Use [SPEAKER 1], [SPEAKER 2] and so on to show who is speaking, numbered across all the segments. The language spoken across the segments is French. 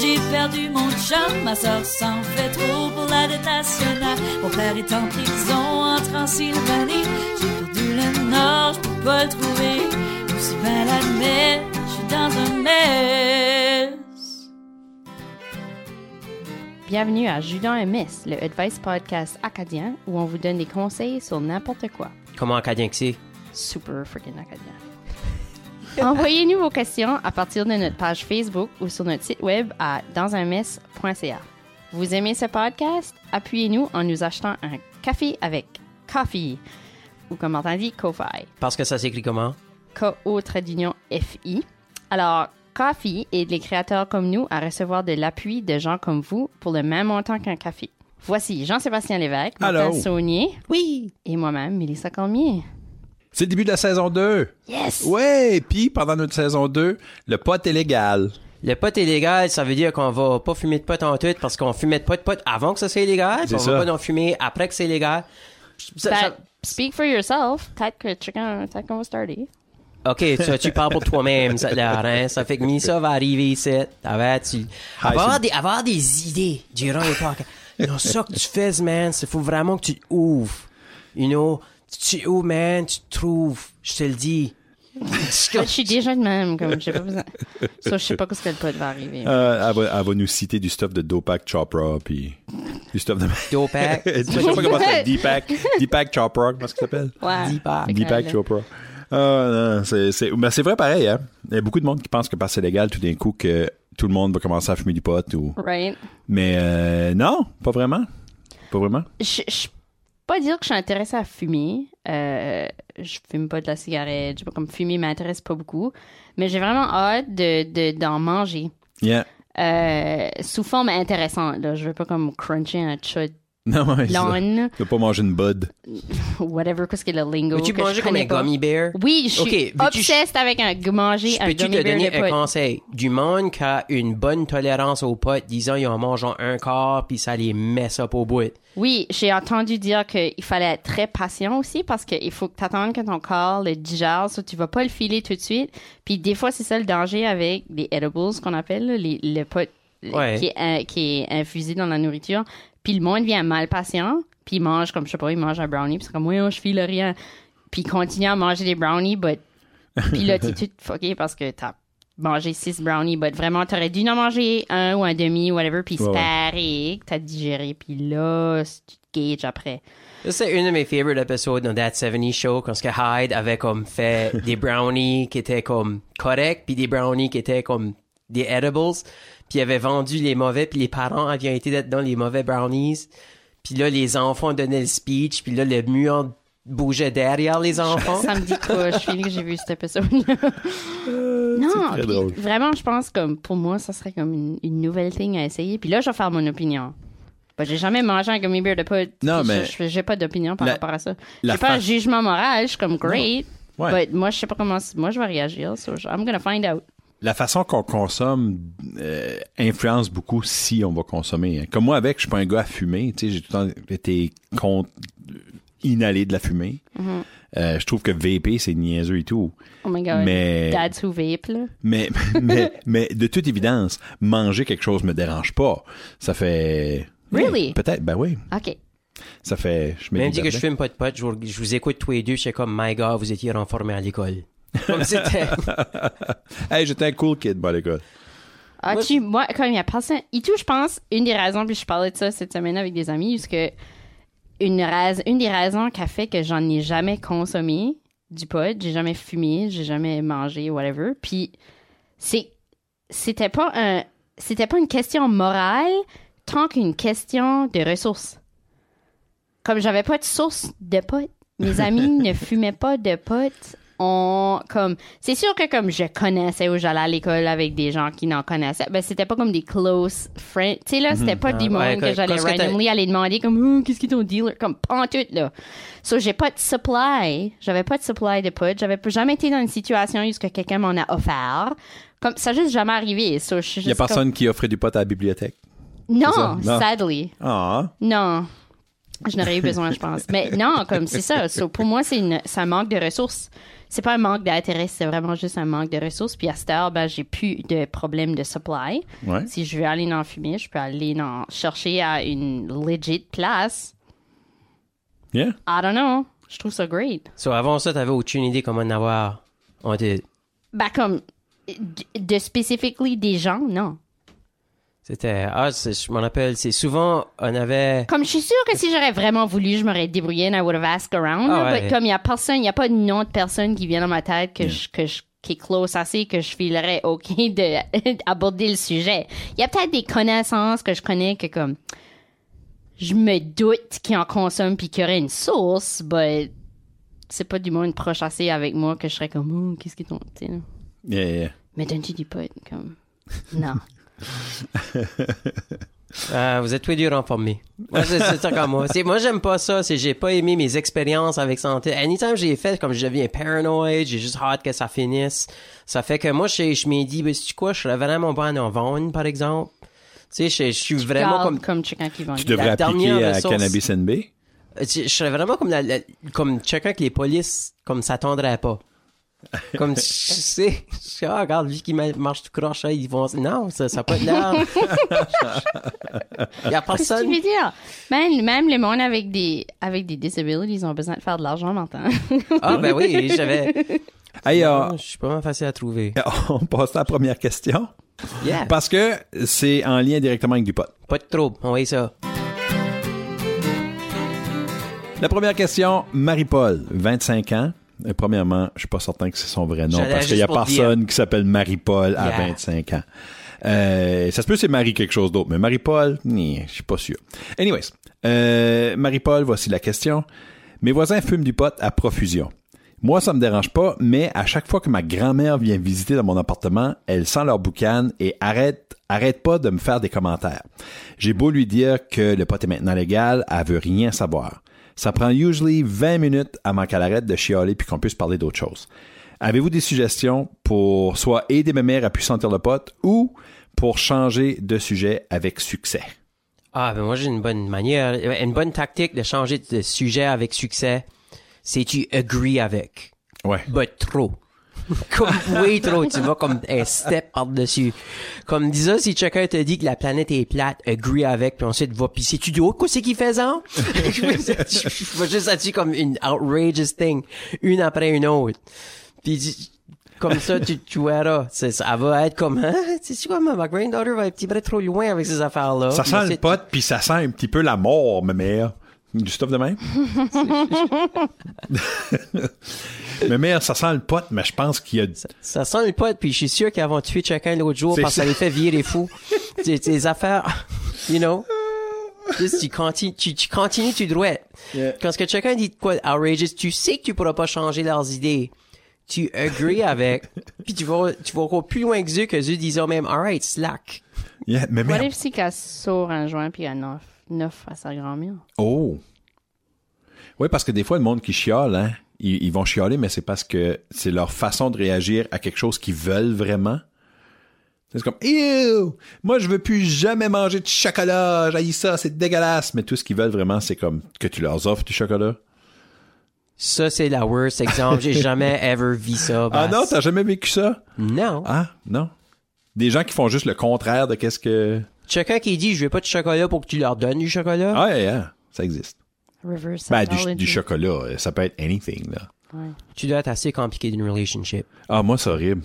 [SPEAKER 1] j'ai perdu mon charme. Ma soeur s'en fait trop pour la dette nationale. Mon père est en prison en Transylvanie. J'ai perdu le nord, je peux pas le trouver. Je me suis mal admettre, je suis dans un mess.
[SPEAKER 2] Bienvenue à Judas MS, le Advice Podcast acadien où on vous donne des conseils sur n'importe quoi.
[SPEAKER 3] Comment acadien que c'est?
[SPEAKER 2] Super freaking acadien. Envoyez-nous vos questions à partir de notre page Facebook ou sur notre site web à dansunmess.ca. Vous aimez ce podcast? Appuyez-nous en nous achetant un café avec Coffee ou comme on dit, Ko-Fi.
[SPEAKER 3] Parce que ça s'écrit comment?
[SPEAKER 2] KO trait d'union FI. Alors, Coffee aide les créateurs comme nous à recevoir de l'appui de gens comme vous pour le même montant qu'un café. Voici Jean-Sébastien Lévesque, Martin
[SPEAKER 4] Allô.
[SPEAKER 2] Saunier. Oui. Et moi-même, Mélissa Cormier.
[SPEAKER 4] C'est le début de la saison 2.
[SPEAKER 2] Yes!
[SPEAKER 4] Ouais, puis pendant notre saison 2, le pot est légal.
[SPEAKER 3] Le pot est légal, ça veut dire qu'on va pas fumer de pot en tout parce qu'on fumait de pot de pot avant que ça soit légal, puis
[SPEAKER 4] C'est
[SPEAKER 3] on
[SPEAKER 4] ça.
[SPEAKER 3] va pas en fumer après que c'est légal. Ça-
[SPEAKER 2] Ben,
[SPEAKER 3] ça-
[SPEAKER 2] speak for yourself. Peut-être que chacun, peut-être qu'on va starter. Ben.
[SPEAKER 3] ok, tu, tu parles pour toi-même, ça, là, hein, ça fait que Misa va arriver ici. Ah ouais, tu,
[SPEAKER 4] Hi,
[SPEAKER 3] avoir,
[SPEAKER 4] c'est-
[SPEAKER 3] des, avoir des idées durant les podcasts. Non, ça que tu fais, man, c'est faut vraiment que tu ouvres. You know, tu ouvres, man, tu trouves, je te le dis.
[SPEAKER 2] Je suis déjà de même, comme j'ai pas besoin. So, je sais pas ce que le pot va arriver.
[SPEAKER 4] Euh, elle, va, elle va nous citer du stuff de Dopak Chopra, puis du stuff de...
[SPEAKER 3] Dopac,
[SPEAKER 4] je sais pas comment ça s'appelle. Deepak, Deepak Chopra, comment est-ce qu'il s'appelle?
[SPEAKER 2] Ouais.
[SPEAKER 3] Deepak.
[SPEAKER 2] Fait que,
[SPEAKER 4] Deepak
[SPEAKER 2] là,
[SPEAKER 4] Chopra. Ah, non, c'est, c'est, ben, c'est vrai pareil, hein. Il y a beaucoup de monde qui pense que parce que c'est légal, tout d'un coup, que tout le monde va commencer à fumer du pot ou...
[SPEAKER 2] Right.
[SPEAKER 4] Mais, euh, non, pas vraiment. Pas vraiment.
[SPEAKER 2] Je, je peux pas dire que je suis intéressée à fumer. Euh, je fume pas de la cigarette. Je sais pas, comme fumer m'intéresse pas beaucoup. Mais j'ai vraiment hâte de, de- d'en manger.
[SPEAKER 4] Yeah.
[SPEAKER 2] Euh, sous forme intéressante, là. Je veux pas comme cruncher un chat
[SPEAKER 4] Non, ouais, c'est ça.
[SPEAKER 2] lawn,
[SPEAKER 4] Tu vas pas manger une bud.
[SPEAKER 2] whatever, qu'est-ce que le lingo.
[SPEAKER 3] Veux-tu
[SPEAKER 2] que je
[SPEAKER 3] manger comme
[SPEAKER 2] connais
[SPEAKER 3] un
[SPEAKER 2] pas.
[SPEAKER 3] gummy bear?
[SPEAKER 2] Oui, je
[SPEAKER 3] Ok,
[SPEAKER 2] suis
[SPEAKER 3] veux-tu-
[SPEAKER 2] obsessed avec un manger
[SPEAKER 3] Je
[SPEAKER 2] un
[SPEAKER 3] Peux-tu
[SPEAKER 2] gummy
[SPEAKER 3] te
[SPEAKER 2] bear
[SPEAKER 3] donner
[SPEAKER 2] de
[SPEAKER 3] un
[SPEAKER 2] pot.
[SPEAKER 3] conseil? Du monde qui a une bonne tolérance au pot, disons, ils en mangent un quart, puis ça les met ça au bout.
[SPEAKER 2] Oui, j'ai entendu dire qu'il fallait être très patient aussi parce qu'il faut que t'attendes que ton corps le digère, ça, tu vas pas le filer tout de suite. Puis des fois, c'est ça le danger avec les edibles qu'on appelle, là, les, le pot le-
[SPEAKER 3] Ouais.
[SPEAKER 2] qui, est, euh, qui est infusé dans la nourriture. Puis le monde vient mal patient, puis il mange comme, je sais pas, il mange un brownie, puis c'est comme, oui, oh, je file rien. Puis il continue à manger des brownies, but... puis là, t'es tout fucké parce que t'as mangé six brownies, but vraiment, t'aurais dû en manger un ou un demi, whatever, puis
[SPEAKER 4] Ouais,
[SPEAKER 2] c'est
[SPEAKER 4] ouais.
[SPEAKER 2] pareil que t'as digéré, puis là, si tu te gages après.
[SPEAKER 3] Ça, C'est une de mes favorite épisodes dans That 70 Show, quand ce que Hyde avait comme fait des brownies qui étaient comme corrects, puis des brownies qui étaient comme des edibles, puis il avait vendu les mauvais, puis les parents avaient été d'être dans les mauvais brownies, puis là, les enfants donnaient le speech, puis là, le mur bougeait derrière les enfants.
[SPEAKER 2] Ça me dit quoi, je finis que j'ai vu cet épisode-là. non,
[SPEAKER 4] Euh, très
[SPEAKER 2] puis
[SPEAKER 4] drôle.
[SPEAKER 2] vraiment, je pense que pour moi, ça serait comme une, une nouvelle thing à essayer, puis là, je vais faire mon opinion. Bah, j'ai jamais mangé un gummy bear de pot.
[SPEAKER 4] Non,
[SPEAKER 2] Je-
[SPEAKER 4] mais-
[SPEAKER 2] je- J'ai pas d'opinion par
[SPEAKER 4] La-
[SPEAKER 2] rapport à ça.
[SPEAKER 4] la
[SPEAKER 2] J'ai pas un
[SPEAKER 4] fa-
[SPEAKER 2] jugement moral, je suis comme great.
[SPEAKER 4] Ouais.
[SPEAKER 2] But moi, je sais pas comment. Moi, je vais réagir. So I'm gonna find out.
[SPEAKER 4] la façon qu'on consomme euh, influence beaucoup si on va consommer. hein. Comme moi avec, je suis pas un gars à fumer. Tu sais, j'ai tout le temps été contre euh, inhaler de la fumée.
[SPEAKER 3] Mm-hmm.
[SPEAKER 4] Euh, je trouve que VP c'est niaiseux et tout.
[SPEAKER 2] Oh my
[SPEAKER 3] Ah
[SPEAKER 2] god.
[SPEAKER 4] Mais-
[SPEAKER 2] Dad's who vape, là.
[SPEAKER 4] Mais mais mais de toute évidence, manger quelque chose me dérange pas. Ça fait
[SPEAKER 2] Really?
[SPEAKER 4] peut-être ben oui.
[SPEAKER 2] OK.
[SPEAKER 4] Ça fait je me
[SPEAKER 3] Même
[SPEAKER 4] dis
[SPEAKER 3] dit que je fume pas de pot, je vous, je vous écoute tous les deux, c'est comme, my God, vous étiez renformés à l'école. Comme c'était.
[SPEAKER 4] Hey, j'étais un cool kid, bon, les gars.
[SPEAKER 2] Ah,
[SPEAKER 3] Moi,
[SPEAKER 2] tu, moi, comme il y a personne. Et tout, je pense, une des raisons, puis je parlais de ça cette semaine avec des amis, parce que une, rais- une des raisons qui a fait que j'en ai jamais consommé du pot, j'ai jamais fumé, j'ai jamais mangé, whatever. Puis, c'est, c'était pas un, c'était pas une question morale tant qu'une question de ressources. Comme j'avais pas de source de pot, mes amis ne fumaient pas de pot. On, comme, c'est sûr que comme je connaissais ou j'allais à l'école avec des gens qui n'en connaissaient, ben c'était pas comme des close friends. Tu sais, là, c'était pas des
[SPEAKER 3] Ah, ouais,
[SPEAKER 2] monde que
[SPEAKER 3] quand-
[SPEAKER 2] j'allais
[SPEAKER 3] quand ce que t'as-
[SPEAKER 2] randomly aller demander comme, Oh, qu'est-ce qui est ton dealer? Comme, en tout, là. So, j'ai pas de supply. J'avais pas de supply de pot. J'avais pas- jamais été dans une situation où ce que quelqu'un m'en a offert. Comme, ça a juste jamais arrivé. So, je suis
[SPEAKER 4] Il y a
[SPEAKER 2] juste comme-
[SPEAKER 4] personne qui offrait du pot à la bibliothèque.
[SPEAKER 2] non,
[SPEAKER 4] C'est ça? Non.
[SPEAKER 2] sadly.
[SPEAKER 4] Ah,
[SPEAKER 2] Non. Je n'aurais eu besoin, je pense. Mais non, comme c'est ça. So, pour moi, c'est une- c'est un manque de ressources. C'est pas un manque d'intérêt, c'est vraiment juste un manque de ressources. Puis à cette heure, ben, j'ai plus de problème de supply.
[SPEAKER 4] Ouais.
[SPEAKER 2] Si je veux aller dans le fumier, je peux aller dans, chercher à une legit place.
[SPEAKER 4] Yeah.
[SPEAKER 2] I don't know. Je trouve ça great.
[SPEAKER 3] So, avant ça, t'avais aucune idée comment en avoir. On te-
[SPEAKER 2] Ben, comme, de, de specifically des gens, non.
[SPEAKER 3] C'était. Ah, c'est- je m'en rappelle. C'est souvent, on avait.
[SPEAKER 2] Comme je suis sûre que si j'aurais vraiment voulu, je m'aurais débrouillé and I would have asked around.
[SPEAKER 3] Ah
[SPEAKER 2] là,
[SPEAKER 3] ouais.
[SPEAKER 2] but comme il n'y a personne, il n'y a pas de nom de personne qui vient dans ma tête que je, que je, qui est close assez que je filerais OK de- d'aborder le sujet. Il y a peut-être des connaissances que je connais que comme je me doute qu'ils en consomment puis qu'il y aurait une source, mais c'est pas du monde proche assez avec moi que je serais comme oh, qu'est-ce qu'ils t'ont tu sais, là.
[SPEAKER 4] Yeah, yeah.
[SPEAKER 2] Mais donne-tu du pot comme non.
[SPEAKER 3] Ah, vous êtes tous les deux renformés. Moi, c'est c'est ça comme moi. C'est- Moi, j'aime pas ça. C'est j'ai pas aimé mes expériences avec santé. Anytime j'ai fait, comme je deviens paranoïde, j'ai juste hâte que ça finisse. Ça fait que moi, je, je m'ai dit, ben, tu quoi, je serais vraiment bon en vendre, par exemple. Tu sais, je, je suis vraiment
[SPEAKER 2] Garde
[SPEAKER 3] Ben, comme
[SPEAKER 2] comme quelqu'un qui vend
[SPEAKER 4] Tu
[SPEAKER 2] du-
[SPEAKER 4] devrais appliquer
[SPEAKER 3] dernière
[SPEAKER 4] à
[SPEAKER 3] ressource.
[SPEAKER 4] Cannabis NB.
[SPEAKER 3] Je, Euh, je serais vraiment comme, la- la- comme quelqu'un que les polices comme s'attendraient pas. Comme tu sais, je suis, ah, regarde, lui qui ma- marche tout croche, là, ils vont. Non, ça, ça peut être là. Il y a
[SPEAKER 2] Qu'est-ce que tu
[SPEAKER 3] personne.
[SPEAKER 2] veux dire? Même, même les monde avec des, avec des disabilities, ils ont besoin de faire de l'argent maintenant.
[SPEAKER 3] Ah, ben oui, j'avais. Ah,
[SPEAKER 4] Hey, euh,
[SPEAKER 3] Je suis pas mal facile à trouver.
[SPEAKER 4] on passe à la première question.
[SPEAKER 3] Yeah. Pas,
[SPEAKER 4] Parce que c'est en lien directement avec du pot.
[SPEAKER 3] de trouble, on voit ça.
[SPEAKER 4] La première question, Marie-Paul, 25 ans. Euh, Premièrement, je suis pas certain que c'est son vrai nom
[SPEAKER 3] J'allais
[SPEAKER 4] parce qu'il y a
[SPEAKER 3] juste pour
[SPEAKER 4] personne qui s'appelle Marie-Paul à
[SPEAKER 3] Yeah.
[SPEAKER 4] 25 ans. Euh, ça se peut c'est Marie quelque chose d'autre, mais Marie-Paul, ni, je suis pas sûr. Anyways, euh, Marie-Paul, voici la question. Mes voisins fument du pot à profusion. Moi, ça me dérange pas, mais à chaque fois que ma grand-mère vient visiter dans mon appartement, elle sent leur boucan et arrête, arrête pas de me faire des commentaires. J'ai beau lui dire que le pot est maintenant légal, elle veut rien savoir. Ça prend usually 20 minutes avant qu'elle arrête de chialer puis qu'on puisse parler d'autre chose. Avez-vous des suggestions pour soit aider ma mère à pu sentir le pot ou pour changer de sujet avec succès?
[SPEAKER 3] Ah, ben moi, j'ai une bonne manière, une bonne tactique de changer de sujet avec succès. C'est tu agree avec.
[SPEAKER 4] Ouais.
[SPEAKER 3] Ben, trop. comme, oui, trop. Tu vas comme un step par-dessus. Comme disons, si chacun te dit que la planète est plate, agree avec, puis ensuite va pisser. Tu dis, oh, qu'est-ce qu'il fait ça? je vais juste là-dessus comme une outrageous thing, une après une autre. Puis tu- comme ça, tu, tu verras. C'est- Ça va être comme, hein? C'est quoi, ma ma granddaughter va un petit peu trop loin avec ces affaires-là.
[SPEAKER 4] Ça
[SPEAKER 3] Puis
[SPEAKER 4] sent le
[SPEAKER 3] ensuite-
[SPEAKER 4] pot puis ça sent un petit peu la mort, ma mère. Du stuff de même? ma mère, ça sent le pot, mais je pense qu'il y a...
[SPEAKER 3] Ça sent le pot, puis je suis sûr qu'ils vont tuer chacun l'autre jour
[SPEAKER 4] C'est
[SPEAKER 3] parce que
[SPEAKER 4] ça.
[SPEAKER 3] ça les fait virer fous. Tes tes affaires, you know. Juste, tu continues, tu, tu continues, tu dois.
[SPEAKER 4] Yeah.
[SPEAKER 3] Quand ce que chacun dit de quoi, outrageous, tu sais que tu pourras pas changer leurs idées. Tu agrees avec, puis tu vas, tu vas encore plus loin que eux, que oh, eux disent même, alright, slack.
[SPEAKER 4] Yeah, ma
[SPEAKER 2] What
[SPEAKER 4] mère...
[SPEAKER 2] if si qu'elle sort un joint puis elle neuf, neuf à sa grand-mère?
[SPEAKER 4] Oh! Oui, parce que des fois, le monde qui chiale, hein, ils, ils vont chialer, mais c'est parce que c'est leur façon de réagir à quelque chose qu'ils veulent vraiment. C'est comme, ew! Moi, je veux plus jamais manger de chocolat! J'haïs ça, c'est dégueulasse! Mais tout ce qu'ils veulent vraiment, c'est comme que tu leur offres du chocolat.
[SPEAKER 3] Ça, c'est la worst exemple. J'ai jamais ever vu ça.
[SPEAKER 4] Ah
[SPEAKER 3] Bass.
[SPEAKER 4] non, t'as jamais vécu ça?
[SPEAKER 3] Non.
[SPEAKER 4] Ah, non. Des gens qui font juste le contraire de qu'est-ce que...
[SPEAKER 3] Chacun qui dit, je veux pas de chocolat pour que tu leur donnes du chocolat.
[SPEAKER 4] Ah, yeah, yeah, ça existe.
[SPEAKER 2] Reverse
[SPEAKER 4] Ben, du,
[SPEAKER 2] psychology.
[SPEAKER 4] du chocolat, euh, ça peut être anything, là.
[SPEAKER 3] Tu dois être assez compliqué d'une relationship.
[SPEAKER 4] Ah, moi, c'est horrible.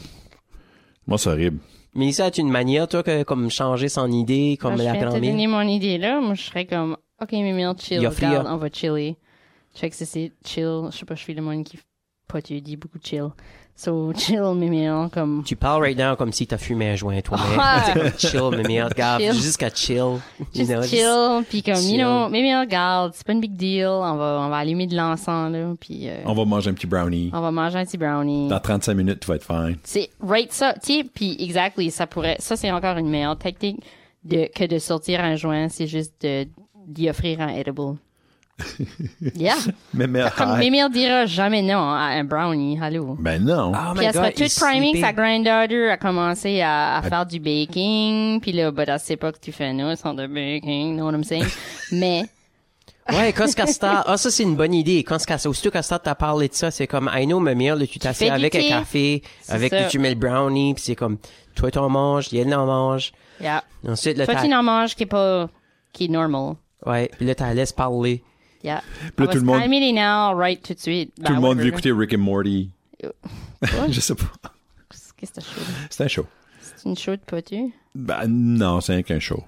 [SPEAKER 4] Moi, c'est horrible.
[SPEAKER 3] Mais ça, tu une manière, toi, que, comme changer son idée,
[SPEAKER 2] Quand Ah,
[SPEAKER 3] comme
[SPEAKER 2] je
[SPEAKER 3] la
[SPEAKER 2] viens de te donner
[SPEAKER 3] grand-mère.
[SPEAKER 2] mon idée là, moi je serais comme, OK, Mimille, chill,
[SPEAKER 3] Il y a Fria.
[SPEAKER 2] regarde, on va chiller. Check que c'est chill, je sais pas, je suis le monde qui, pas tu dis beaucoup chill. So, chill, Mimille, comme,
[SPEAKER 3] Tu parles right now comme si t'as fumé un joint, toi.
[SPEAKER 2] Ouais.
[SPEAKER 3] C'est comme chill, mais merde, regarde,
[SPEAKER 2] Ah! Chill.
[SPEAKER 3] jusqu'à chill. You
[SPEAKER 2] Just
[SPEAKER 3] know, just-
[SPEAKER 2] chill, puis comme,
[SPEAKER 3] chill.
[SPEAKER 2] you know, Mimille, regarde, c'est pas une big deal, on va, on va allumer de l'encens, là, puis euh,
[SPEAKER 3] Oh.
[SPEAKER 4] On va manger un petit brownie.
[SPEAKER 2] on va manger un petit brownie.
[SPEAKER 4] Dans 35 minutes, tu vas être fine.
[SPEAKER 2] C'est right ça, tu sais, puis exactly, ça pourrait ça c'est encore une meilleure tactique de que de sortir un joint, c'est juste de d'y offrir un edible. Yeah.
[SPEAKER 4] Mais, mais,
[SPEAKER 2] Comme
[SPEAKER 4] ah,
[SPEAKER 2] Mimir dira jamais non à un brownie, allô.
[SPEAKER 4] ben non.
[SPEAKER 3] Oh my
[SPEAKER 2] Puis elle sera
[SPEAKER 3] God, il
[SPEAKER 2] toute primée que
[SPEAKER 3] sleeping.
[SPEAKER 2] sa granddaughter a commencé à, à faire du baking. Puis là, bah, elle sait pas que tu fais nous, sont de baking, know what I'm saying? Mais
[SPEAKER 3] Ouais, quand Costa, ah, ça, c'est une bonne idée. Quand Costa, aussitôt Costa t'a parlé de ça, c'est comme, I know, ma mère, là, tu
[SPEAKER 2] fais
[SPEAKER 3] t'assieds
[SPEAKER 2] du
[SPEAKER 3] avec un
[SPEAKER 2] thé.
[SPEAKER 3] café,
[SPEAKER 2] C'est
[SPEAKER 3] avec,
[SPEAKER 2] ça.
[SPEAKER 3] tu mets le brownie, puis c'est comme, toi, t'en manges, Yann en mange.
[SPEAKER 2] Yeah.
[SPEAKER 3] Ensuite, là,
[SPEAKER 2] Toi,
[SPEAKER 3] t'as,
[SPEAKER 2] tu n'en manges qui est pas, qui est normal.
[SPEAKER 3] ouais, puis là, t'as laisse parler.
[SPEAKER 2] Yeah.
[SPEAKER 4] Puis là, tout le monde-
[SPEAKER 2] Calmer les nerfs, right, tout de suite. Ben
[SPEAKER 4] Tout le
[SPEAKER 3] ben
[SPEAKER 4] monde veut écouter Rick and Morty. je sais pas.
[SPEAKER 2] Qu'est-ce que c'est chaud?
[SPEAKER 4] C'est un show.
[SPEAKER 2] C'est une chaude potue.
[SPEAKER 4] Ben, non, c'est rien qu'un show.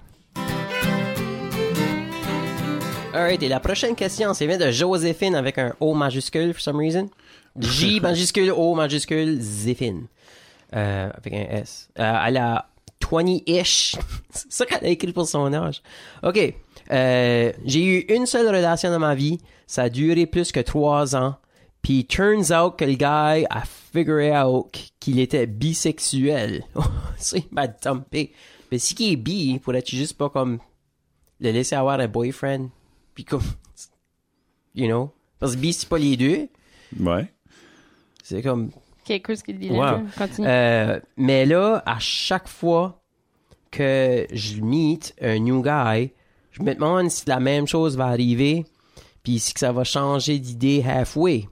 [SPEAKER 3] Alright, et la prochaine question, c'est bien de Joséphine avec un O majuscule, for some reason. J majuscule, O majuscule, Zéphine. Euh, avec un S. Euh, elle a 20-ish. C'est ça qu'elle a écrit pour son âge. OK. Euh, j'ai eu une seule relation dans ma vie. Ça a duré plus que trois ans. Puis, turns out que le gars a figuré out qu'il était bisexuel. ça, il m'a dumpé. Mais si qui est bi, pourrais-tu juste pas comme le laisser avoir un boyfriend, puis comme, you know, parce que bi, c'est pas les deux,
[SPEAKER 4] Ouais.
[SPEAKER 3] c'est comme,
[SPEAKER 2] Ok, cool ce qu'il dit là.
[SPEAKER 3] wow.
[SPEAKER 2] Continue.
[SPEAKER 3] Euh, mais là, à chaque fois que je meet un new guy, je me demande si la même chose va arriver, puis si que ça va changer d'idée halfway.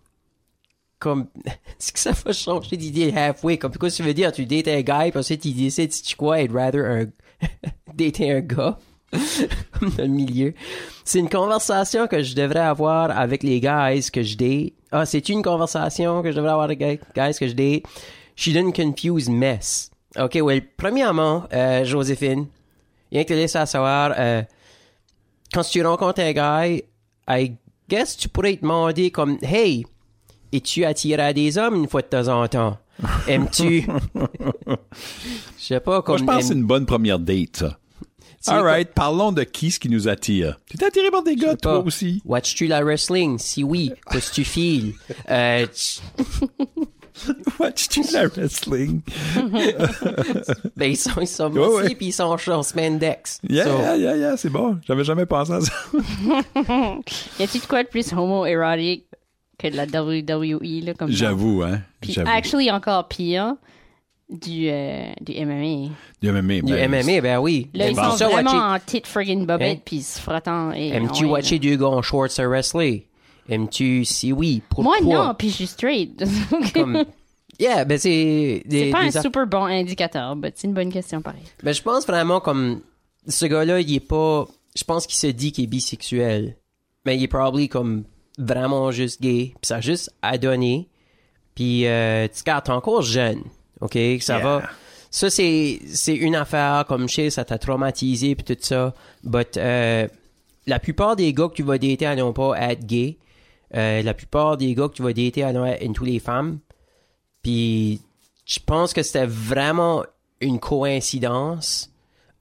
[SPEAKER 3] Comme, si que ça va changer d'idée halfway, comme, quoi tu veux dire, tu dates un guy, puis ensuite il décide si tu crois être rather un, dater un gars. comme dans le milieu. C'est une conversation que je devrais avoir avec les guys que je date. Ah, c'est une conversation que je devrais avoir avec les guys que je date. Je suis dans une confused mess. Ok, well, premièrement, euh, Joséphine, rien que te laisser à savoir, euh, quand tu rencontres un gars, I guess tu pourrais te demander comme, hey, es-tu attiré à des hommes une fois de temps en temps? Aimes-tu? Je sais pas,
[SPEAKER 4] Moi,
[SPEAKER 3] comme...
[SPEAKER 4] je pense que c'est
[SPEAKER 3] aimes-
[SPEAKER 4] une bonne première date, ça.
[SPEAKER 3] tu sais,
[SPEAKER 4] All right, parlons de qui ce qui nous attire. Tu t'es attiré par des gars, toi
[SPEAKER 3] pas.
[SPEAKER 4] aussi?
[SPEAKER 3] Watches-tu la wrestling? Si oui, qu'est-ce que tu files? Euh, tu-
[SPEAKER 4] Watches-tu la wrestling?
[SPEAKER 3] ben, ils sont, ils sont
[SPEAKER 4] Ouais,
[SPEAKER 3] aussi,
[SPEAKER 4] ouais.
[SPEAKER 3] puis ils sont en short spandex.
[SPEAKER 4] Yeah,
[SPEAKER 3] So,
[SPEAKER 4] yeah, yeah, yeah, c'est bon. J'avais jamais pensé à ça.
[SPEAKER 2] Y a-t-il de quoi de plus homo-érotique que de la WWE, là, comme ça?
[SPEAKER 4] J'avoue, hein.
[SPEAKER 2] Puis,
[SPEAKER 4] J'avoue.
[SPEAKER 2] actually, encore pire, du, euh, du MMA.
[SPEAKER 4] Du MMA.
[SPEAKER 3] Du
[SPEAKER 4] ben,
[SPEAKER 3] MMA, ben oui.
[SPEAKER 2] Là, ils
[SPEAKER 3] Aimes-tu
[SPEAKER 2] sont
[SPEAKER 3] ça,
[SPEAKER 2] vraiment
[SPEAKER 3] watcher-
[SPEAKER 2] en tit friggin' bobette,
[SPEAKER 3] Hein?
[SPEAKER 2] puis ils se frottant. Et
[SPEAKER 3] Aimes-tu
[SPEAKER 2] ouais, là.
[SPEAKER 3] watcher deux gars en shorts à wrestler? Aimes-tu, si oui, pourquoi?
[SPEAKER 2] Moi, non, puis je suis straight. Donc,
[SPEAKER 3] Comme- Yeah, ben c'est... des-
[SPEAKER 2] C'est pas un
[SPEAKER 3] des aff-
[SPEAKER 2] super bon indicateur, mais c'est une bonne question, pareil.
[SPEAKER 3] Ben, je pense vraiment comme... Ce gars-là, il est pas... Je pense qu'il se dit qu'il est bisexuel. Mais il est probably comme vraiment juste gay. Puis ça a juste à donner. Puis, euh, tu sais, quand t'es encore jeune, OK, que ça
[SPEAKER 4] Yeah.
[SPEAKER 3] va... Ça, c'est, c'est une affaire, comme je sais, ça t'a traumatisé, puis tout ça. But, euh, la plupart des gars que tu vas dater, elles n'ont pas à être gays. Euh, la plupart des gars que tu vas dater, elles ont à être tous les femmes. Puis, je pense que c'était vraiment une coïncidence.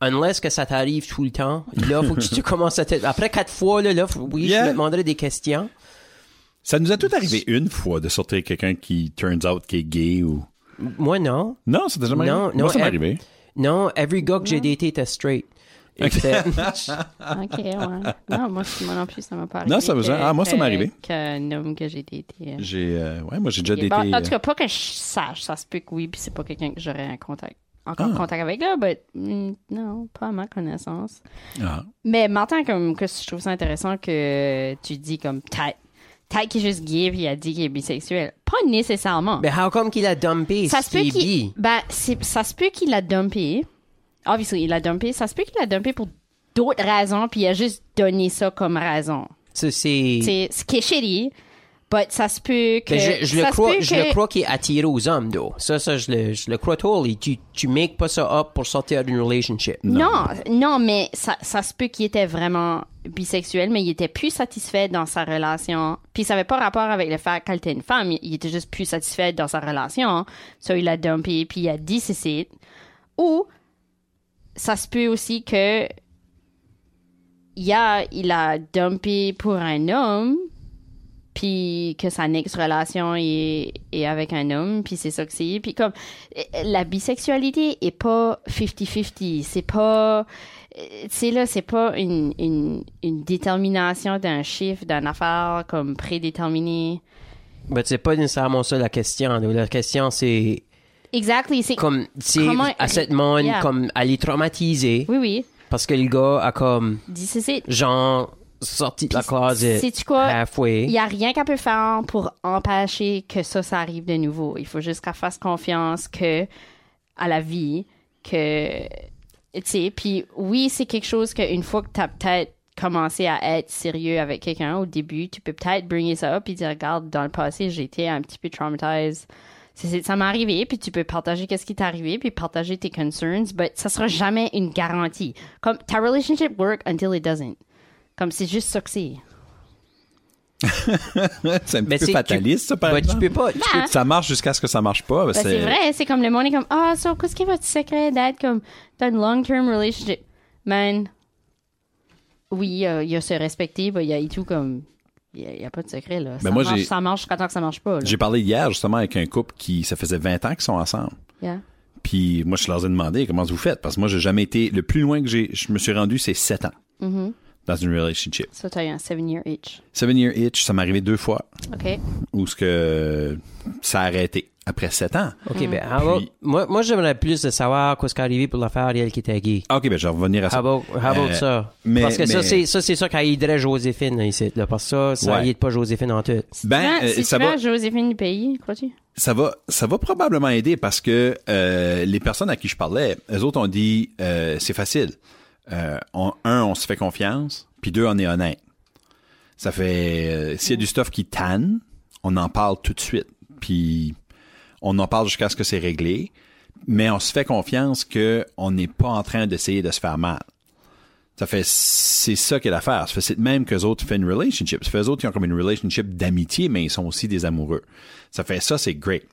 [SPEAKER 3] Unless que ça t'arrive tout le temps. Là, faut que tu commences à te... Après quatre fois, là, là faut- oui,
[SPEAKER 4] Yeah.
[SPEAKER 3] je me demanderais des questions.
[SPEAKER 4] Ça nous a tout arrivé une fois de sortir avec quelqu'un qui turns out qui est gay ou.
[SPEAKER 3] Moi, non.
[SPEAKER 4] Non, ça t'a jamais
[SPEAKER 3] Non,
[SPEAKER 4] arrivé.
[SPEAKER 3] non,
[SPEAKER 4] Moi, ça m'est
[SPEAKER 3] elle-
[SPEAKER 4] arrivé.
[SPEAKER 3] Non, every gars que j'ai daté était straight. Except-
[SPEAKER 2] Ok, ouais. Non, moi, c'est- moi non plus, ça m'a pas arrivé.
[SPEAKER 4] Non, ça me-
[SPEAKER 2] que-
[SPEAKER 4] ah, moi, ça m'est
[SPEAKER 2] que-
[SPEAKER 4] arrivé.
[SPEAKER 2] Qu'un homme que j'ai daté. euh,
[SPEAKER 4] J'ai, euh, ouais, moi, j'ai déjà
[SPEAKER 2] Et
[SPEAKER 4] daté.
[SPEAKER 2] bon, en
[SPEAKER 4] euh,
[SPEAKER 2] tout cas, pas que je sache, ça se peut que oui, puis c'est pas quelqu'un que j'aurais un contact, encore
[SPEAKER 4] Ah.
[SPEAKER 2] contact avec là, mais mm, non, pas à ma connaissance.
[SPEAKER 4] ah.
[SPEAKER 2] Mais m'entends comme que je trouve ça intéressant que tu dis comme Ty, Ty qui est juste gay puis il a dit qu'il est bisexuel. Pas nécessairement.
[SPEAKER 3] Mais how come qu'il a dumpé
[SPEAKER 2] ça
[SPEAKER 3] si
[SPEAKER 2] se peut
[SPEAKER 3] il est
[SPEAKER 2] qu'il
[SPEAKER 3] Ben, bi?
[SPEAKER 2] ben, c'est- ça se peut qu'il l'a dumpé. Obviously, il l'a dumpé. Ça se peut qu'il l'a dumpé pour d'autres raisons puis il a juste donné ça comme raison.
[SPEAKER 3] Ça, c'est...
[SPEAKER 2] C'est ce qui est shitty, mais ça se peut que
[SPEAKER 3] Ben, je, je
[SPEAKER 2] ça
[SPEAKER 3] le
[SPEAKER 2] se
[SPEAKER 3] crois,
[SPEAKER 2] peut
[SPEAKER 3] je
[SPEAKER 2] que-
[SPEAKER 3] le crois qu'il est attiré aux hommes, though. Ça, ça, je le, je le crois totally. Tu, tu make pas ça up pour sortir d'une relationship.
[SPEAKER 2] Non, non, mais ça, ça se peut qu'il était vraiment bisexuel, mais il était plus satisfait dans sa relation. Puis ça avait pas rapport avec le fait qu'elle était une femme. Il- Il était juste plus satisfait dans sa relation. So il a dumpé, puis il a dit ceci. Ou ça se peut aussi que il a, il a dumpé pour un homme, puis que sa next relation est, est avec un homme, puis c'est ça que c'est. Puis comme euh, la bisexualité est pas 50-50, c'est pas euh, tu sais là, c'est pas une, une, une détermination d'un chiffre, d'une affaire comme prédéterminée.
[SPEAKER 3] Mais c'est pas nécessairement ça la question. though. La question, c'est
[SPEAKER 2] Exactly, c'est
[SPEAKER 3] comme, tu sais,
[SPEAKER 2] Comment-
[SPEAKER 3] à cette monde,
[SPEAKER 2] Yeah.
[SPEAKER 3] comme, elle est traumatisée
[SPEAKER 2] Oui oui,
[SPEAKER 3] parce que le gars a comme,
[SPEAKER 2] dis c'est
[SPEAKER 3] genre, sortie de la closet
[SPEAKER 2] sais-tu quoi?
[SPEAKER 3] halfway.
[SPEAKER 2] Il n'y a rien qu'elle peut faire pour empêcher que ça, ça arrive de nouveau. Il faut juste qu'elle fasse confiance que à la vie, que... Tu sais, puis oui, c'est quelque chose qu'une fois que tu as peut-être commencé à être sérieux avec quelqu'un au début, tu peux peut-être bringer ça up et dire, regarde, dans le passé, j'étais un petit peu traumatisée. C'est- c'est- Ça m'est arrivé, puis tu peux partager qu'est-ce qui t'est arrivé, puis partager tes concerns, mais ça sera jamais une garantie. Comme, ta relationship work until it doesn't. Comme, c'est juste ça que c'est.
[SPEAKER 4] c'est un
[SPEAKER 3] Mais
[SPEAKER 4] petit
[SPEAKER 3] Ben, c'est
[SPEAKER 4] peu
[SPEAKER 3] que
[SPEAKER 4] fataliste,
[SPEAKER 3] tu-
[SPEAKER 4] ça, par
[SPEAKER 3] bah,
[SPEAKER 4] exemple.
[SPEAKER 3] tu peux pas. tu peux-
[SPEAKER 4] Ça marche jusqu'à ce que ça marche pas. ben,
[SPEAKER 2] Ben, c'est vrai, c'est comme le monde est comme Ah, so, qu'est-ce qui est votre secret d'être comme dans une long-term relationship? Man, oui, euh, il y a se respecter, ben, il y a et tout comme. Il n'y a, pas de secret, là. ça,
[SPEAKER 4] Ben, moi,
[SPEAKER 2] marche,
[SPEAKER 4] j'ai-
[SPEAKER 2] ça marche jusqu'à temps que ça marche pas, là.
[SPEAKER 4] J'ai parlé hier, justement, avec un couple qui, ça faisait 20 ans qu'ils sont ensemble.
[SPEAKER 2] Yeah.
[SPEAKER 4] Puis moi, je leur ai demandé comment vous faites, parce que moi, j'ai jamais été. Le plus loin que j'ai, je me suis rendu, c'est 7 ans dans une relationship.
[SPEAKER 2] Ça, t'as eu un seven-year itch.
[SPEAKER 4] Seven Year Itch, ça m'est arrivé deux fois,
[SPEAKER 2] OK.
[SPEAKER 4] où ce que ça a arrêté après 7 ans.
[SPEAKER 3] Ok, ben, how about-
[SPEAKER 4] Puis-
[SPEAKER 3] moi, moi j'aimerais plus de savoir qu'est-ce qui est arrivé pour l'affaire Ariel qui était gay.
[SPEAKER 4] Ah, Ok, ben je vais revenir à
[SPEAKER 3] How
[SPEAKER 4] ça.
[SPEAKER 3] about, how about
[SPEAKER 4] Euh,
[SPEAKER 3] ça?
[SPEAKER 4] mais-
[SPEAKER 3] parce que ça,
[SPEAKER 4] mais-
[SPEAKER 3] c'est ça, c'est ça qui aiderait Joséphine, là, ici. là, parce que ça, ça
[SPEAKER 4] Ouais.
[SPEAKER 3] aide pas Joséphine en tout.
[SPEAKER 4] Ben,
[SPEAKER 2] Ah,
[SPEAKER 4] euh,
[SPEAKER 2] si
[SPEAKER 4] ça
[SPEAKER 2] tu vas
[SPEAKER 4] va,
[SPEAKER 2] à Joséphine du pays, crois-tu?
[SPEAKER 4] ça va, ça va probablement aider parce que euh, les personnes à qui je parlais, elles autres ont dit euh, c'est facile. Euh, on- un, on se fait confiance, puis deux, on est honnête. Ça fait euh, s'il y a du stuff qui tanne, on en parle tout de suite, puis on en parle jusqu'à ce que c'est réglé, mais on se fait confiance que on n'est pas en train d'essayer de se faire mal. Ça fait, c'est ça qu'est l'affaire. Ça fait, c'est de même qu'eux autres font une relationship. Ça fait, eux autres, ils ont comme une relationship d'amitié, mais ils sont aussi des amoureux. Ça fait, ça, c'est great.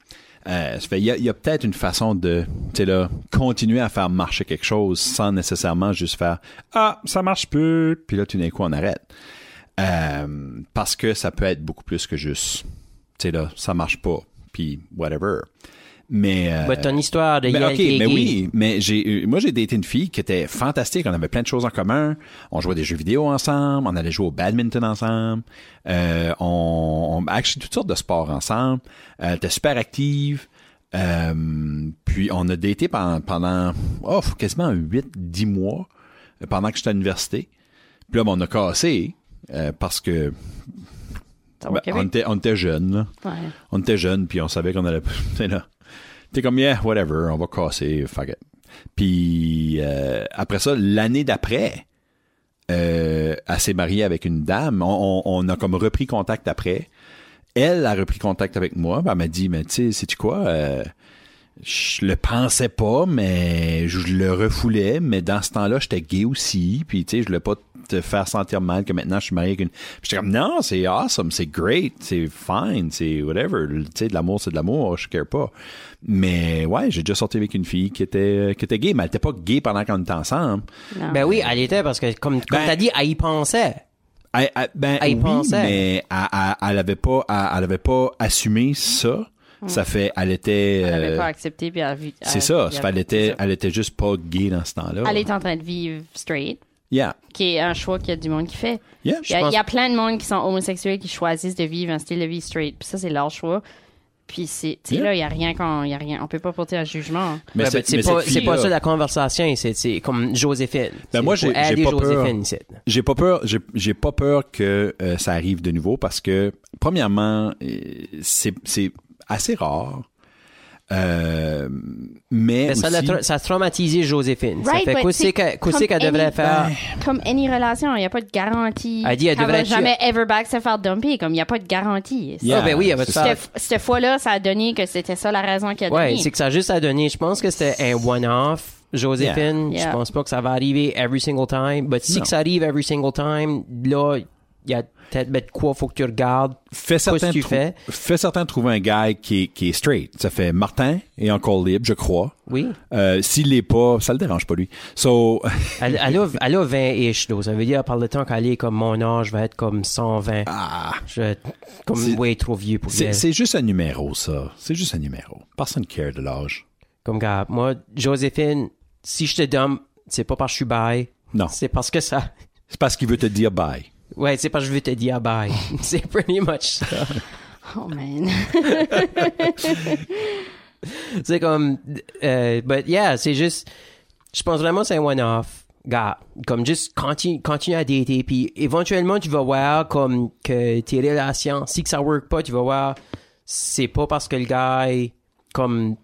[SPEAKER 4] Euh, ça fait, il y a, il y a peut-être une façon de, tu sais, là, continuer à faire marcher quelque chose sans nécessairement juste faire, ah, ça marche plus, puis là, tout d'un coup, on arrête. Euh, parce que ça peut être beaucoup plus que juste, tu sais, là, ça marche pas, puis whatever. Mais, euh,
[SPEAKER 3] Ben, ton histoire de
[SPEAKER 4] mais
[SPEAKER 3] Yael
[SPEAKER 4] ok,
[SPEAKER 3] qui est
[SPEAKER 4] mais
[SPEAKER 3] gay.
[SPEAKER 4] oui, mais j'ai, euh, moi j'ai daté une fille qui était fantastique. On avait plein de choses en commun. On jouait des jeux vidéo ensemble. On allait jouer au badminton ensemble. Euh, on, on, actually, toutes sortes de sports ensemble. Euh, elle était super active. Euh, puis on a daté pendant, pendant oh, quasiment 8-10 mois euh, pendant que j'étais à l'université. Puis là, ben, on a cassé euh, parce que
[SPEAKER 2] Ça va au
[SPEAKER 4] ben, on,
[SPEAKER 2] Québec?
[SPEAKER 4] était, on était jeunes. là.
[SPEAKER 2] Ouais.
[SPEAKER 4] On euh, était jeunes, puis on savait qu'on allait. T'es là. T'es comme, yeah, whatever, on va casser, fuck it. Puis euh, après ça, l'année d'après, euh, elle s'est mariée avec une dame. On, on- on a comme repris contact après. Elle a repris contact avec moi. puis elle m'a dit, mais tu sais, sais-tu quoi? euh, je le pensais pas, mais je le refoulais. Mais dans ce temps-là, j'étais gay aussi. Puis, tu sais, je voulais pas te faire sentir mal que maintenant je suis marié avec une. Puis j'étais comme, non, c'est awesome, c'est great, c'est fine, c'est whatever. Tu sais, de l'amour, c'est de l'amour, je care pas. Mais ouais, j'ai déjà sorti avec une fille qui était, qui était gay, mais elle était pas gay pendant qu'on était ensemble.
[SPEAKER 2] Non.
[SPEAKER 3] Ben oui, elle était, parce que, comme, comme
[SPEAKER 4] Ben-
[SPEAKER 3] t'as dit, elle y pensait.
[SPEAKER 4] Elle, elle- ben,
[SPEAKER 3] Elle y
[SPEAKER 4] oui,
[SPEAKER 3] pensait.
[SPEAKER 4] mais elle, elle, elle avait pas, elle, elle avait pas assumé ça. Ça fait, elle était.
[SPEAKER 2] Mm. Elle n'avait
[SPEAKER 4] euh,
[SPEAKER 2] pas accepté, puis elle a vu.
[SPEAKER 4] c'est
[SPEAKER 2] elle-
[SPEAKER 4] ça.
[SPEAKER 2] elle
[SPEAKER 4] ça
[SPEAKER 2] a-
[SPEAKER 4] fait, elle était, elle était juste pas gay dans ce temps-là.
[SPEAKER 2] Elle est en train de vivre straight,
[SPEAKER 4] Yeah.
[SPEAKER 2] qui est un choix qu'il y a du monde qui fait.
[SPEAKER 4] Yeah.
[SPEAKER 2] Il y, a, il y a plein de monde qui sont homosexuels qui choisissent de vivre un style de vie straight. Puis ça, c'est leur choix. Puis c'est, tu sais,
[SPEAKER 4] Yeah.
[SPEAKER 2] là, il y a rien qu'on, il y a rien. On peut pas porter un jugement. hein.
[SPEAKER 3] Ben,
[SPEAKER 4] Mais
[SPEAKER 3] ben,
[SPEAKER 4] cette-
[SPEAKER 3] c'est
[SPEAKER 4] mais
[SPEAKER 3] pas,
[SPEAKER 4] cette
[SPEAKER 3] c'est pas
[SPEAKER 4] fille-là-
[SPEAKER 3] ça la conversation, c'est, c'est comme Joséphine.
[SPEAKER 4] Ben,
[SPEAKER 3] C'est
[SPEAKER 4] moi,
[SPEAKER 3] pour
[SPEAKER 4] j'ai- j'ai
[SPEAKER 3] aider
[SPEAKER 4] pas peur.
[SPEAKER 3] Joséphine, ici.
[SPEAKER 4] J'ai pas peur, j'ai- j'ai pas peur que euh, ça arrive de nouveau parce que premièrement, euh, c'est c'est assez rare. Euh, mais
[SPEAKER 3] Ben, ça, l'a
[SPEAKER 4] aussi-
[SPEAKER 3] tra- ça a traumatisé Joséphine.
[SPEAKER 2] Right,
[SPEAKER 3] ça fait
[SPEAKER 2] but
[SPEAKER 3] qu'est-ce
[SPEAKER 2] c'est
[SPEAKER 3] que- qu'est-ce
[SPEAKER 2] comme
[SPEAKER 3] qu'elle devrait
[SPEAKER 2] any-
[SPEAKER 3] faire?
[SPEAKER 2] Comme any relation, il n'y a pas de garantie.
[SPEAKER 3] Elle dit, elle
[SPEAKER 2] va
[SPEAKER 3] devrait être-
[SPEAKER 2] jamais ever back se faire dumper. Comme il n'y a pas de garantie.
[SPEAKER 4] Yeah,
[SPEAKER 3] Ah, ben oui, elle va te
[SPEAKER 4] c'est
[SPEAKER 3] faire-
[SPEAKER 4] ça.
[SPEAKER 2] Cette, cette fois-là, ça a donné que c'était ça la raison qui a
[SPEAKER 3] Ouais,
[SPEAKER 2] donné.
[SPEAKER 3] c'est que ça a juste à donner. Je pense que c'était un one-off, Joséphine.
[SPEAKER 2] Yeah. Yeah.
[SPEAKER 3] Je pense pas que ça va arriver every single time. Mais si
[SPEAKER 4] Non.
[SPEAKER 3] que ça arrive every single time, là, il y a peut-être ben, de quoi faut que tu regardes.
[SPEAKER 4] Fais certains,
[SPEAKER 3] que tu
[SPEAKER 4] trou-
[SPEAKER 3] fais?
[SPEAKER 4] fais certains trouver un gars qui est, qui est straight. Ça fait Martin est encore libre, je crois.
[SPEAKER 3] Oui.
[SPEAKER 4] Euh, S'il l'est pas, ça le dérange pas lui. So,
[SPEAKER 3] Elle, elle a, elle a 20 ish, là. Ça veut dire, par le temps qu'elle est comme mon âge, va être comme 120.
[SPEAKER 4] ah,
[SPEAKER 3] Je, comme,
[SPEAKER 4] C'est-
[SPEAKER 3] ouais, trop vieux pour
[SPEAKER 4] c'est
[SPEAKER 3] elle.
[SPEAKER 4] c'est juste un numéro ça. C'est juste un numéro. Personne care de l'âge.
[SPEAKER 3] Comme, gars, moi, Joséphine, si je te dump, c'est pas parce que je suis bye.
[SPEAKER 4] Non,
[SPEAKER 3] C'est parce que ça.
[SPEAKER 4] c'est parce qu'il veut te dire bye.
[SPEAKER 3] Ouais, c'est parce que je veux te dire bye. c'est pretty much ça.
[SPEAKER 2] Oh man.
[SPEAKER 3] C'est comme, euh, but yeah, c'est juste, je pense vraiment que c'est un one-off. gars, comme juste continue, continue à dater, puis éventuellement tu vas voir comme que tes relations, si que ça work pas, tu vas voir, c'est pas parce que le gars comme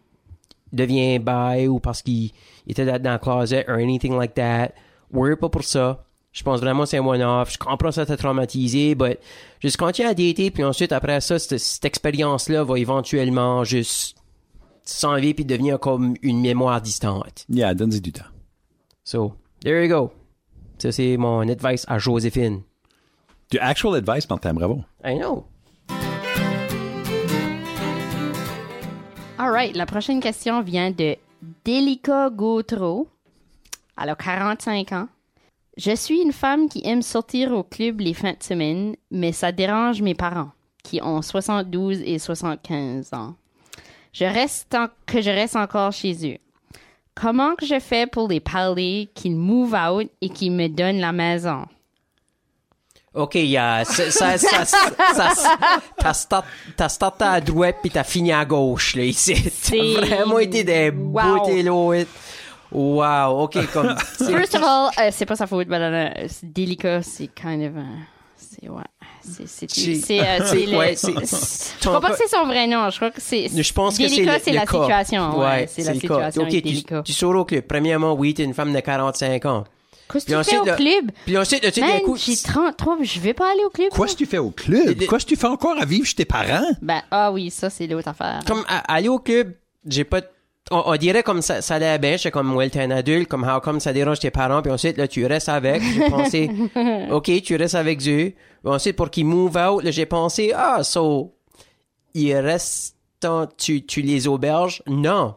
[SPEAKER 3] devient bi ou parce qu'il était dans le closet or anything like that. Worry pas pour ça. Je pense vraiment que c'est un one-off. Je comprends ça t'a traumatisé, but juste continue à dater, puis ensuite après ça, cette, cette expérience-là va éventuellement juste s'enlever puis devenir comme une mémoire distante.
[SPEAKER 4] Yeah, donne-y du temps.
[SPEAKER 3] So, there you go. Ça, c'est mon advice à Joséphine.
[SPEAKER 4] Du actual advice, Martin, bravo.
[SPEAKER 3] I know.
[SPEAKER 2] All right, la prochaine question vient de Delica Gautreau. Elle a 45 ans. Je suis une femme qui aime sortir au club les fins de semaine, mais ça dérange mes parents, qui ont 72 et 75 ans. Je reste en- que je reste encore chez eux. Comment que je fais pour les parler qu'ils move out et qu'ils me donnent la maison?
[SPEAKER 3] OK, il y a- ça, ça, ça, ça, ça- t'as start- t'as starté à droite puis t'as fini à gauche, là, ici.
[SPEAKER 2] C'est-
[SPEAKER 3] T'as vraiment été des
[SPEAKER 2] Wow.
[SPEAKER 3] bouts et Wow, OK, comme... c'est-
[SPEAKER 2] First of all, euh, c'est pas sa faute, mais euh, c'est délicat, c'est kind of. euh, c'est ouais. C'est c'est
[SPEAKER 3] She-
[SPEAKER 2] c'est euh, c'est le-
[SPEAKER 3] ouais, c'est-
[SPEAKER 2] c'est- Je
[SPEAKER 3] ton
[SPEAKER 2] crois pas
[SPEAKER 3] cas-
[SPEAKER 2] que c'est son vrai nom. Je crois que c'est.
[SPEAKER 3] Je pense que c'est
[SPEAKER 2] délicat,
[SPEAKER 3] le,
[SPEAKER 2] c'est
[SPEAKER 3] le
[SPEAKER 2] la
[SPEAKER 3] cas.
[SPEAKER 2] situation. Ouais, c'est la
[SPEAKER 3] le cas.
[SPEAKER 2] situation.
[SPEAKER 3] OK,
[SPEAKER 2] est
[SPEAKER 3] tu,
[SPEAKER 2] délicat.
[SPEAKER 3] tu sors au club. Premièrement, oui, t'es une femme de 45 ans.
[SPEAKER 2] Qu'est-ce que
[SPEAKER 3] Puis
[SPEAKER 2] tu fais
[SPEAKER 3] ensuite,
[SPEAKER 2] au
[SPEAKER 3] là-
[SPEAKER 2] club?
[SPEAKER 3] Puis ensuite, là, tu sais,
[SPEAKER 2] Man,
[SPEAKER 3] d'un coup...
[SPEAKER 2] j'ai 33, je vais pas aller au club.
[SPEAKER 4] Quoi
[SPEAKER 2] moi.
[SPEAKER 4] que tu fais au club?
[SPEAKER 3] Et-
[SPEAKER 4] Quoi que tu fais encore à vivre chez tes parents?
[SPEAKER 2] Ben, ah oui, ça, c'est l'autre affaire.
[SPEAKER 3] comme à- aller au club, j'ai pas. On, on dirait comme ça, ça allait bien, j'étais comme, well, t'es un adulte, comme, how come ça dérange tes parents, puis ensuite, là, tu restes avec. J'ai pensé, OK, tu restes avec eux. Puis ensuite, pour qu'ils move out, là, j'ai pensé, ah, so, ils restent, en- tu, tu les auberges? Non.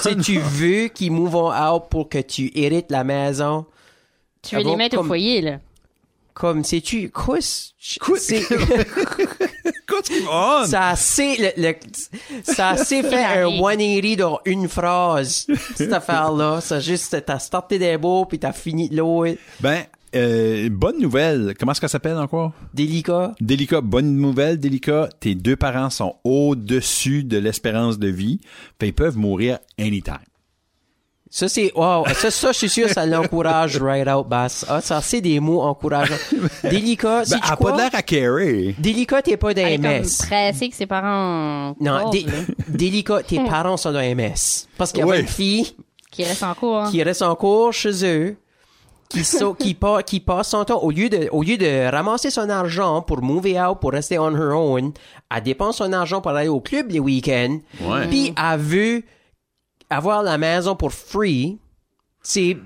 [SPEAKER 3] Si tu veux qu'ils move out pour que tu hérites la maison,
[SPEAKER 2] Tu veux
[SPEAKER 3] Ah bon,
[SPEAKER 2] les mettre au
[SPEAKER 3] comme-
[SPEAKER 2] foyer, là.
[SPEAKER 3] comme, sais-tu, quoi, c'est,
[SPEAKER 4] What's going on?
[SPEAKER 3] Ça a assez, le- le- ça a assez fait un 180 dans une phrase, cette affaire-là. Ça juste, t'as starté des beaux, puis t'as fini de l'eau.
[SPEAKER 4] Ben, euh, bonne nouvelle. Comment est-ce qu'elle s'appelle encore?
[SPEAKER 3] Délicat.
[SPEAKER 4] Délicat, bonne nouvelle, Délicat. Tes deux parents sont au-dessus de l'espérance de vie. Fait, ils peuvent mourir anytime.
[SPEAKER 3] Ça, c'est, wow. Ça, ça, je suis sûr, ça l'encourage right out, bass. Ah, ça, c'est des mots encourageants. Délicat, si
[SPEAKER 4] Ben,
[SPEAKER 3] tu
[SPEAKER 4] elle a pas de
[SPEAKER 3] crois,
[SPEAKER 4] l'air à carry.
[SPEAKER 3] délicat, t'es pas
[SPEAKER 2] Elle est
[SPEAKER 3] dans
[SPEAKER 2] comme
[SPEAKER 3] MS.
[SPEAKER 2] pressée que ses parents.
[SPEAKER 3] Non,
[SPEAKER 2] pauvres,
[SPEAKER 3] dé-
[SPEAKER 2] là, Hmm.
[SPEAKER 3] délicat, tes parents sont dans MS. Parce qu'il y a
[SPEAKER 4] Ouais.
[SPEAKER 3] une fille
[SPEAKER 2] Qui restent en cours. hein.
[SPEAKER 3] qui restent en cours chez eux, qui, sont, qui, pa- qui passent son temps, au lieu, de, au lieu de ramasser son argent pour move out, pour rester on her own, elle dépense son argent pour aller au club les week-ends,
[SPEAKER 4] Ouais.
[SPEAKER 3] puis elle veut avoir la maison pour free. C'est,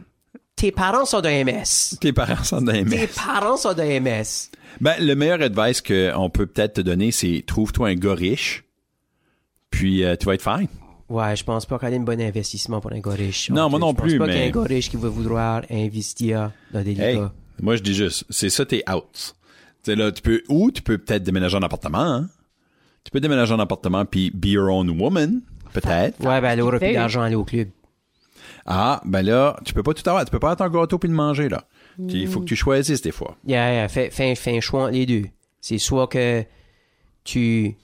[SPEAKER 3] tes parents sont de MS.
[SPEAKER 4] Tes parents sont dans les mêmes.
[SPEAKER 3] Tes parents sont de MS.
[SPEAKER 4] Ben, le meilleur advice qu'on peut peut-être te donner, c'est trouve-toi un gars riche, puis euh, tu vas être fine.
[SPEAKER 3] Ouais, je pense pas qu'elle ait un bon investissement pour un gars riche.
[SPEAKER 4] Non, moi non plus,
[SPEAKER 3] Je pense pas
[SPEAKER 4] mais-
[SPEAKER 3] qu'il y ait un gars riche qui va vouloir investir dans des
[SPEAKER 4] Hey,
[SPEAKER 3] ligas.
[SPEAKER 4] moi je dis juste, c'est ça t'es out. Tu sais, là, tu peux ou tu peux peut-être déménager en appartement. hein. Tu peux déménager en appartement puis be your own woman, peut-être.
[SPEAKER 3] Ouais, ben elle aura plus
[SPEAKER 2] paye.
[SPEAKER 3] d'argent à aller au club.
[SPEAKER 4] Ah, ben là, tu peux pas tout avoir, tu peux pas avoir ton gâteau puis le manger là. Puis Il faut que tu choisisses des fois.
[SPEAKER 3] Yeah, yeah, fais, fais, fais un choix entre les deux. C'est soit que tu.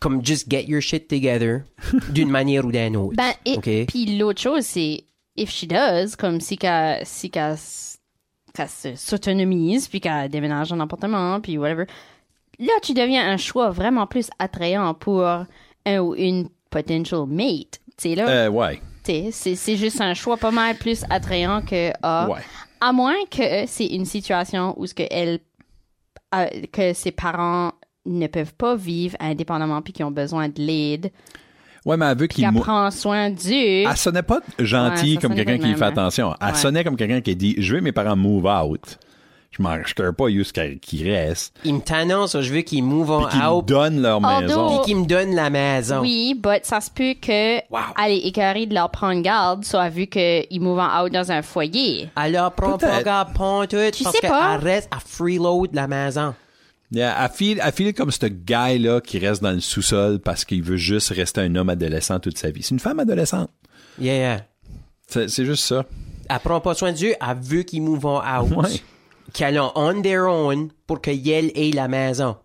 [SPEAKER 3] Comme just get your shit together d'une manière ou d'une autre.
[SPEAKER 2] Ben, et
[SPEAKER 3] OK?
[SPEAKER 2] puis l'autre chose, c'est if she does, comme si qu'elle si qu'elle s- qu'elle se- s'autonomise, puis qu'elle déménage en appartement, puis whatever. Là, tu deviens un choix vraiment plus attrayant pour un ou une potential mate. Tu sais, là,
[SPEAKER 4] Euh, ouais.
[SPEAKER 2] tu sais, c'est c'est juste un choix pas mal plus attrayant que ah,
[SPEAKER 4] Ouais.
[SPEAKER 2] à moins que c'est une situation où ce que elle euh, que ses parents ne peuvent pas vivre indépendamment puis qu'ils ont besoin de l'aide,
[SPEAKER 4] Ouais, mais elle veut qu'il
[SPEAKER 2] qu'elle
[SPEAKER 4] mou-
[SPEAKER 2] prend soin d'eux.
[SPEAKER 4] Elle sonnait pas
[SPEAKER 2] Ouais,
[SPEAKER 4] gentille
[SPEAKER 2] ça
[SPEAKER 4] comme
[SPEAKER 2] sonnait
[SPEAKER 4] quelqu'un
[SPEAKER 2] pas
[SPEAKER 4] qui
[SPEAKER 2] de
[SPEAKER 4] fait
[SPEAKER 2] même, hein.
[SPEAKER 4] attention. Elle
[SPEAKER 2] Ouais.
[SPEAKER 4] sonnait comme quelqu'un qui dit Je veux que mes parents move out. Je m'en je pas jusqu'à qu'ils restent.
[SPEAKER 3] Ils me t'annoncent, je veux qu'ils move on
[SPEAKER 4] Puis qu'ils me
[SPEAKER 3] out,
[SPEAKER 4] donnent leur
[SPEAKER 2] Although-
[SPEAKER 4] maison.
[SPEAKER 3] puis qu'ils me donnent la maison.
[SPEAKER 2] Oui, but ça se peut que
[SPEAKER 3] Wow.
[SPEAKER 2] elle est écœurée de leur prendre garde, soit vu qu'ils mouvent en out dans un foyer.
[SPEAKER 3] Alors, prends pas
[SPEAKER 4] Peut-être.
[SPEAKER 3] garde, prends tout,
[SPEAKER 2] Tu
[SPEAKER 3] parce
[SPEAKER 2] sais
[SPEAKER 3] qu'elle
[SPEAKER 2] pas.
[SPEAKER 3] reste à freeload la maison.
[SPEAKER 4] Yeah, elle, file, elle file comme ce gars-là qui reste dans le sous-sol parce qu'il veut juste rester un homme adolescent toute sa vie. C'est une femme adolescente.
[SPEAKER 3] Yeah, yeah.
[SPEAKER 4] C'est c'est juste ça.
[SPEAKER 3] Elle prend pas soin d'eux, elle veut qu'ils move on out.
[SPEAKER 4] Ouais.
[SPEAKER 3] Qu'elle ont on their own pour que Yel ait la maison.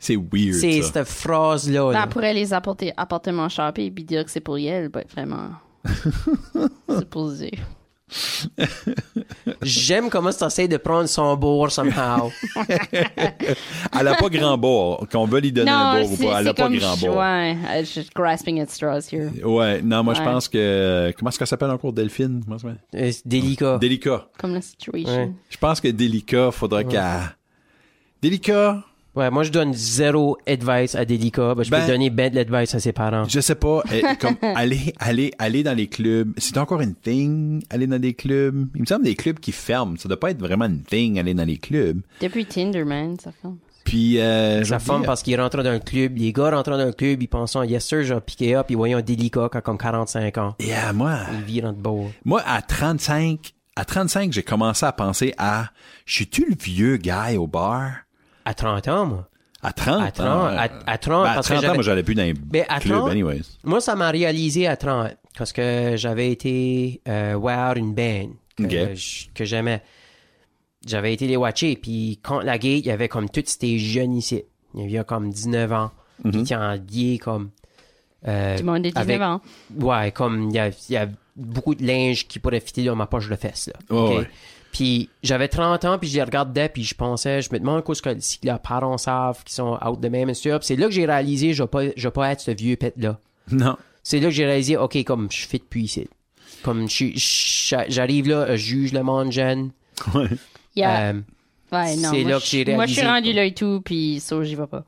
[SPEAKER 4] C'est weird.
[SPEAKER 3] C'est
[SPEAKER 4] ça.
[SPEAKER 3] cette phrase-là.
[SPEAKER 2] Ben,
[SPEAKER 3] là.
[SPEAKER 2] elle pourrait les apporter appartement shoppé et puis dire que c'est pour elle, but vraiment. c'est pour dire.
[SPEAKER 3] J'aime comment tu essaies de prendre son bourre somehow.
[SPEAKER 4] Elle a pas grand bord. Qu'on veut lui donner
[SPEAKER 2] non,
[SPEAKER 4] un bord ou
[SPEAKER 2] c'est
[SPEAKER 4] pas, elle a
[SPEAKER 2] c'est
[SPEAKER 4] pas
[SPEAKER 2] comme
[SPEAKER 4] grand
[SPEAKER 2] je-
[SPEAKER 4] bord.
[SPEAKER 2] ouais, euh, je- grasping at straws here.
[SPEAKER 4] Ouais, non, moi je
[SPEAKER 2] Ouais.
[SPEAKER 4] pense que. Comment est-ce qu'elle s'appelle encore Delphine Comment ça s'appelle?
[SPEAKER 3] Euh, c'est délicat.
[SPEAKER 4] Délicat.
[SPEAKER 2] Comme la situation.
[SPEAKER 3] Ouais.
[SPEAKER 4] Je pense que Délicat, faudrait qu'elle. Délicat,
[SPEAKER 3] Ouais, moi, je donne zéro advice à Délicat. Ben, je
[SPEAKER 4] Ben-
[SPEAKER 3] peux donner ben de l'advice à ses parents.
[SPEAKER 4] je sais pas, elle- comme aller, aller, aller dans les clubs. C'est encore une thing, aller dans des clubs. Il me semble des clubs qui ferment. Ça doit pas être vraiment une thing, aller dans les clubs.
[SPEAKER 2] Depuis Tinder, man, ça fait.
[SPEAKER 4] Puis. Euh,
[SPEAKER 3] Sa
[SPEAKER 4] je
[SPEAKER 3] femme,
[SPEAKER 4] dis-
[SPEAKER 3] parce qu'il rentre dans un club, les gars rentrent dans un club, ils pensent, yes sir, j'ai piqué up, ils voient un délicat qui a comme 45 ans.
[SPEAKER 4] Et à euh, moi.
[SPEAKER 3] Il vit dans le bourre.
[SPEAKER 4] Moi, à 35, à 35, j'ai commencé à penser à, je suis-tu le vieux gars au bar?
[SPEAKER 3] À 30 ans, moi.
[SPEAKER 4] À 30.
[SPEAKER 3] À 30,
[SPEAKER 4] hein?
[SPEAKER 3] à- à 30,
[SPEAKER 4] Ben, à
[SPEAKER 3] parce
[SPEAKER 4] 30
[SPEAKER 3] que
[SPEAKER 4] ans,
[SPEAKER 3] j'avais-
[SPEAKER 4] moi, j'allais plus dans les
[SPEAKER 3] Ben, à
[SPEAKER 4] clubs,
[SPEAKER 3] 30,
[SPEAKER 4] anyways.
[SPEAKER 3] Moi, ça m'a réalisé à 30, parce que j'avais été euh, voir une band que,
[SPEAKER 4] Ok.
[SPEAKER 3] j- que j'aimais. J'avais été les watcher, puis quand la gate, il y avait comme tous ces jeunes ici. Il y avait comme 19 ans,
[SPEAKER 4] Mhm.
[SPEAKER 3] puis ils étaient en lié comme... euh,
[SPEAKER 2] Tout le monde est
[SPEAKER 3] avec-
[SPEAKER 2] différent.
[SPEAKER 3] Ouais, comme il y a, il y a beaucoup de linge qui pourrait fitter dans ma poche de fesses. Là.
[SPEAKER 4] Ouais,
[SPEAKER 3] OK?
[SPEAKER 4] ouais.
[SPEAKER 3] Puis j'avais 30 ans, puis je les regardais, puis je pensais, je me demande qu'est-ce que si leurs parents savent qu'ils sont out de même, et ça. Puis c'est là que j'ai réalisé, je vais pas, je vais pas être ce vieux pet-là.
[SPEAKER 4] Non.
[SPEAKER 3] C'est là que j'ai réalisé, OK, comme je suis fit puis ici. Comme je suis- je- j'arrive là, je juge le monde jeune.
[SPEAKER 4] Ouais.
[SPEAKER 2] Yeah.
[SPEAKER 3] Euh,
[SPEAKER 2] ouais, non.
[SPEAKER 3] c'est
[SPEAKER 2] moi,
[SPEAKER 3] là
[SPEAKER 2] je-
[SPEAKER 3] que j'ai
[SPEAKER 2] Moi, je suis
[SPEAKER 3] réalisé,
[SPEAKER 2] rendu
[SPEAKER 3] quoi.
[SPEAKER 2] là et tout, puis ça, j'y vais pas.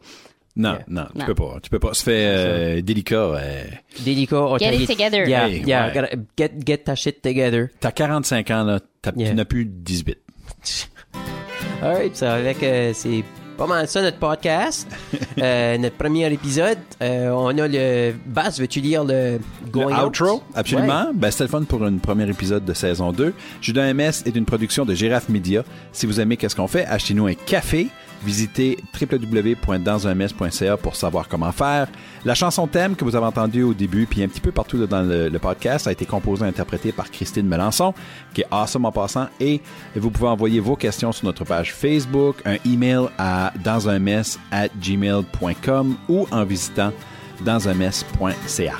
[SPEAKER 4] Non,
[SPEAKER 3] Yeah.
[SPEAKER 4] non, tu
[SPEAKER 2] Non.
[SPEAKER 4] peux pas. Tu peux pas. Ça fait euh, délicat. euh,
[SPEAKER 3] délicat, oh,
[SPEAKER 2] Get
[SPEAKER 3] t'as-
[SPEAKER 2] it together.
[SPEAKER 3] Yeah,
[SPEAKER 4] Hey,
[SPEAKER 3] yeah,
[SPEAKER 4] ouais.
[SPEAKER 3] gotta- get, get ta shit together.
[SPEAKER 4] T'as 45 ans, là. t'as-
[SPEAKER 3] Yeah.
[SPEAKER 4] Tu n'as plus 18.
[SPEAKER 3] Alright, ça avec euh, c'est pas mal ça notre podcast. Euh, notre premier épisode, euh, on a le Bass, veux-tu lire le
[SPEAKER 4] Le
[SPEAKER 3] going out?
[SPEAKER 4] outro, absolument. Ben, c'était le fun pour un premier épisode de saison 2. Judas MS est une production de Girafe Media. Si vous aimez qu'est-ce qu'on fait, achetez-nous un café. Visitez www.dansms.ca pour savoir comment faire. La chanson thème que vous avez entendue au début, puis un petit peu partout dans le, le podcast, a été composée et interprétée par Christine Melançon, qui est awesome en passant. Et vous pouvez envoyer vos questions sur notre page Facebook, un email à dansunms@gmail.com ou en visitant dansunms.ca.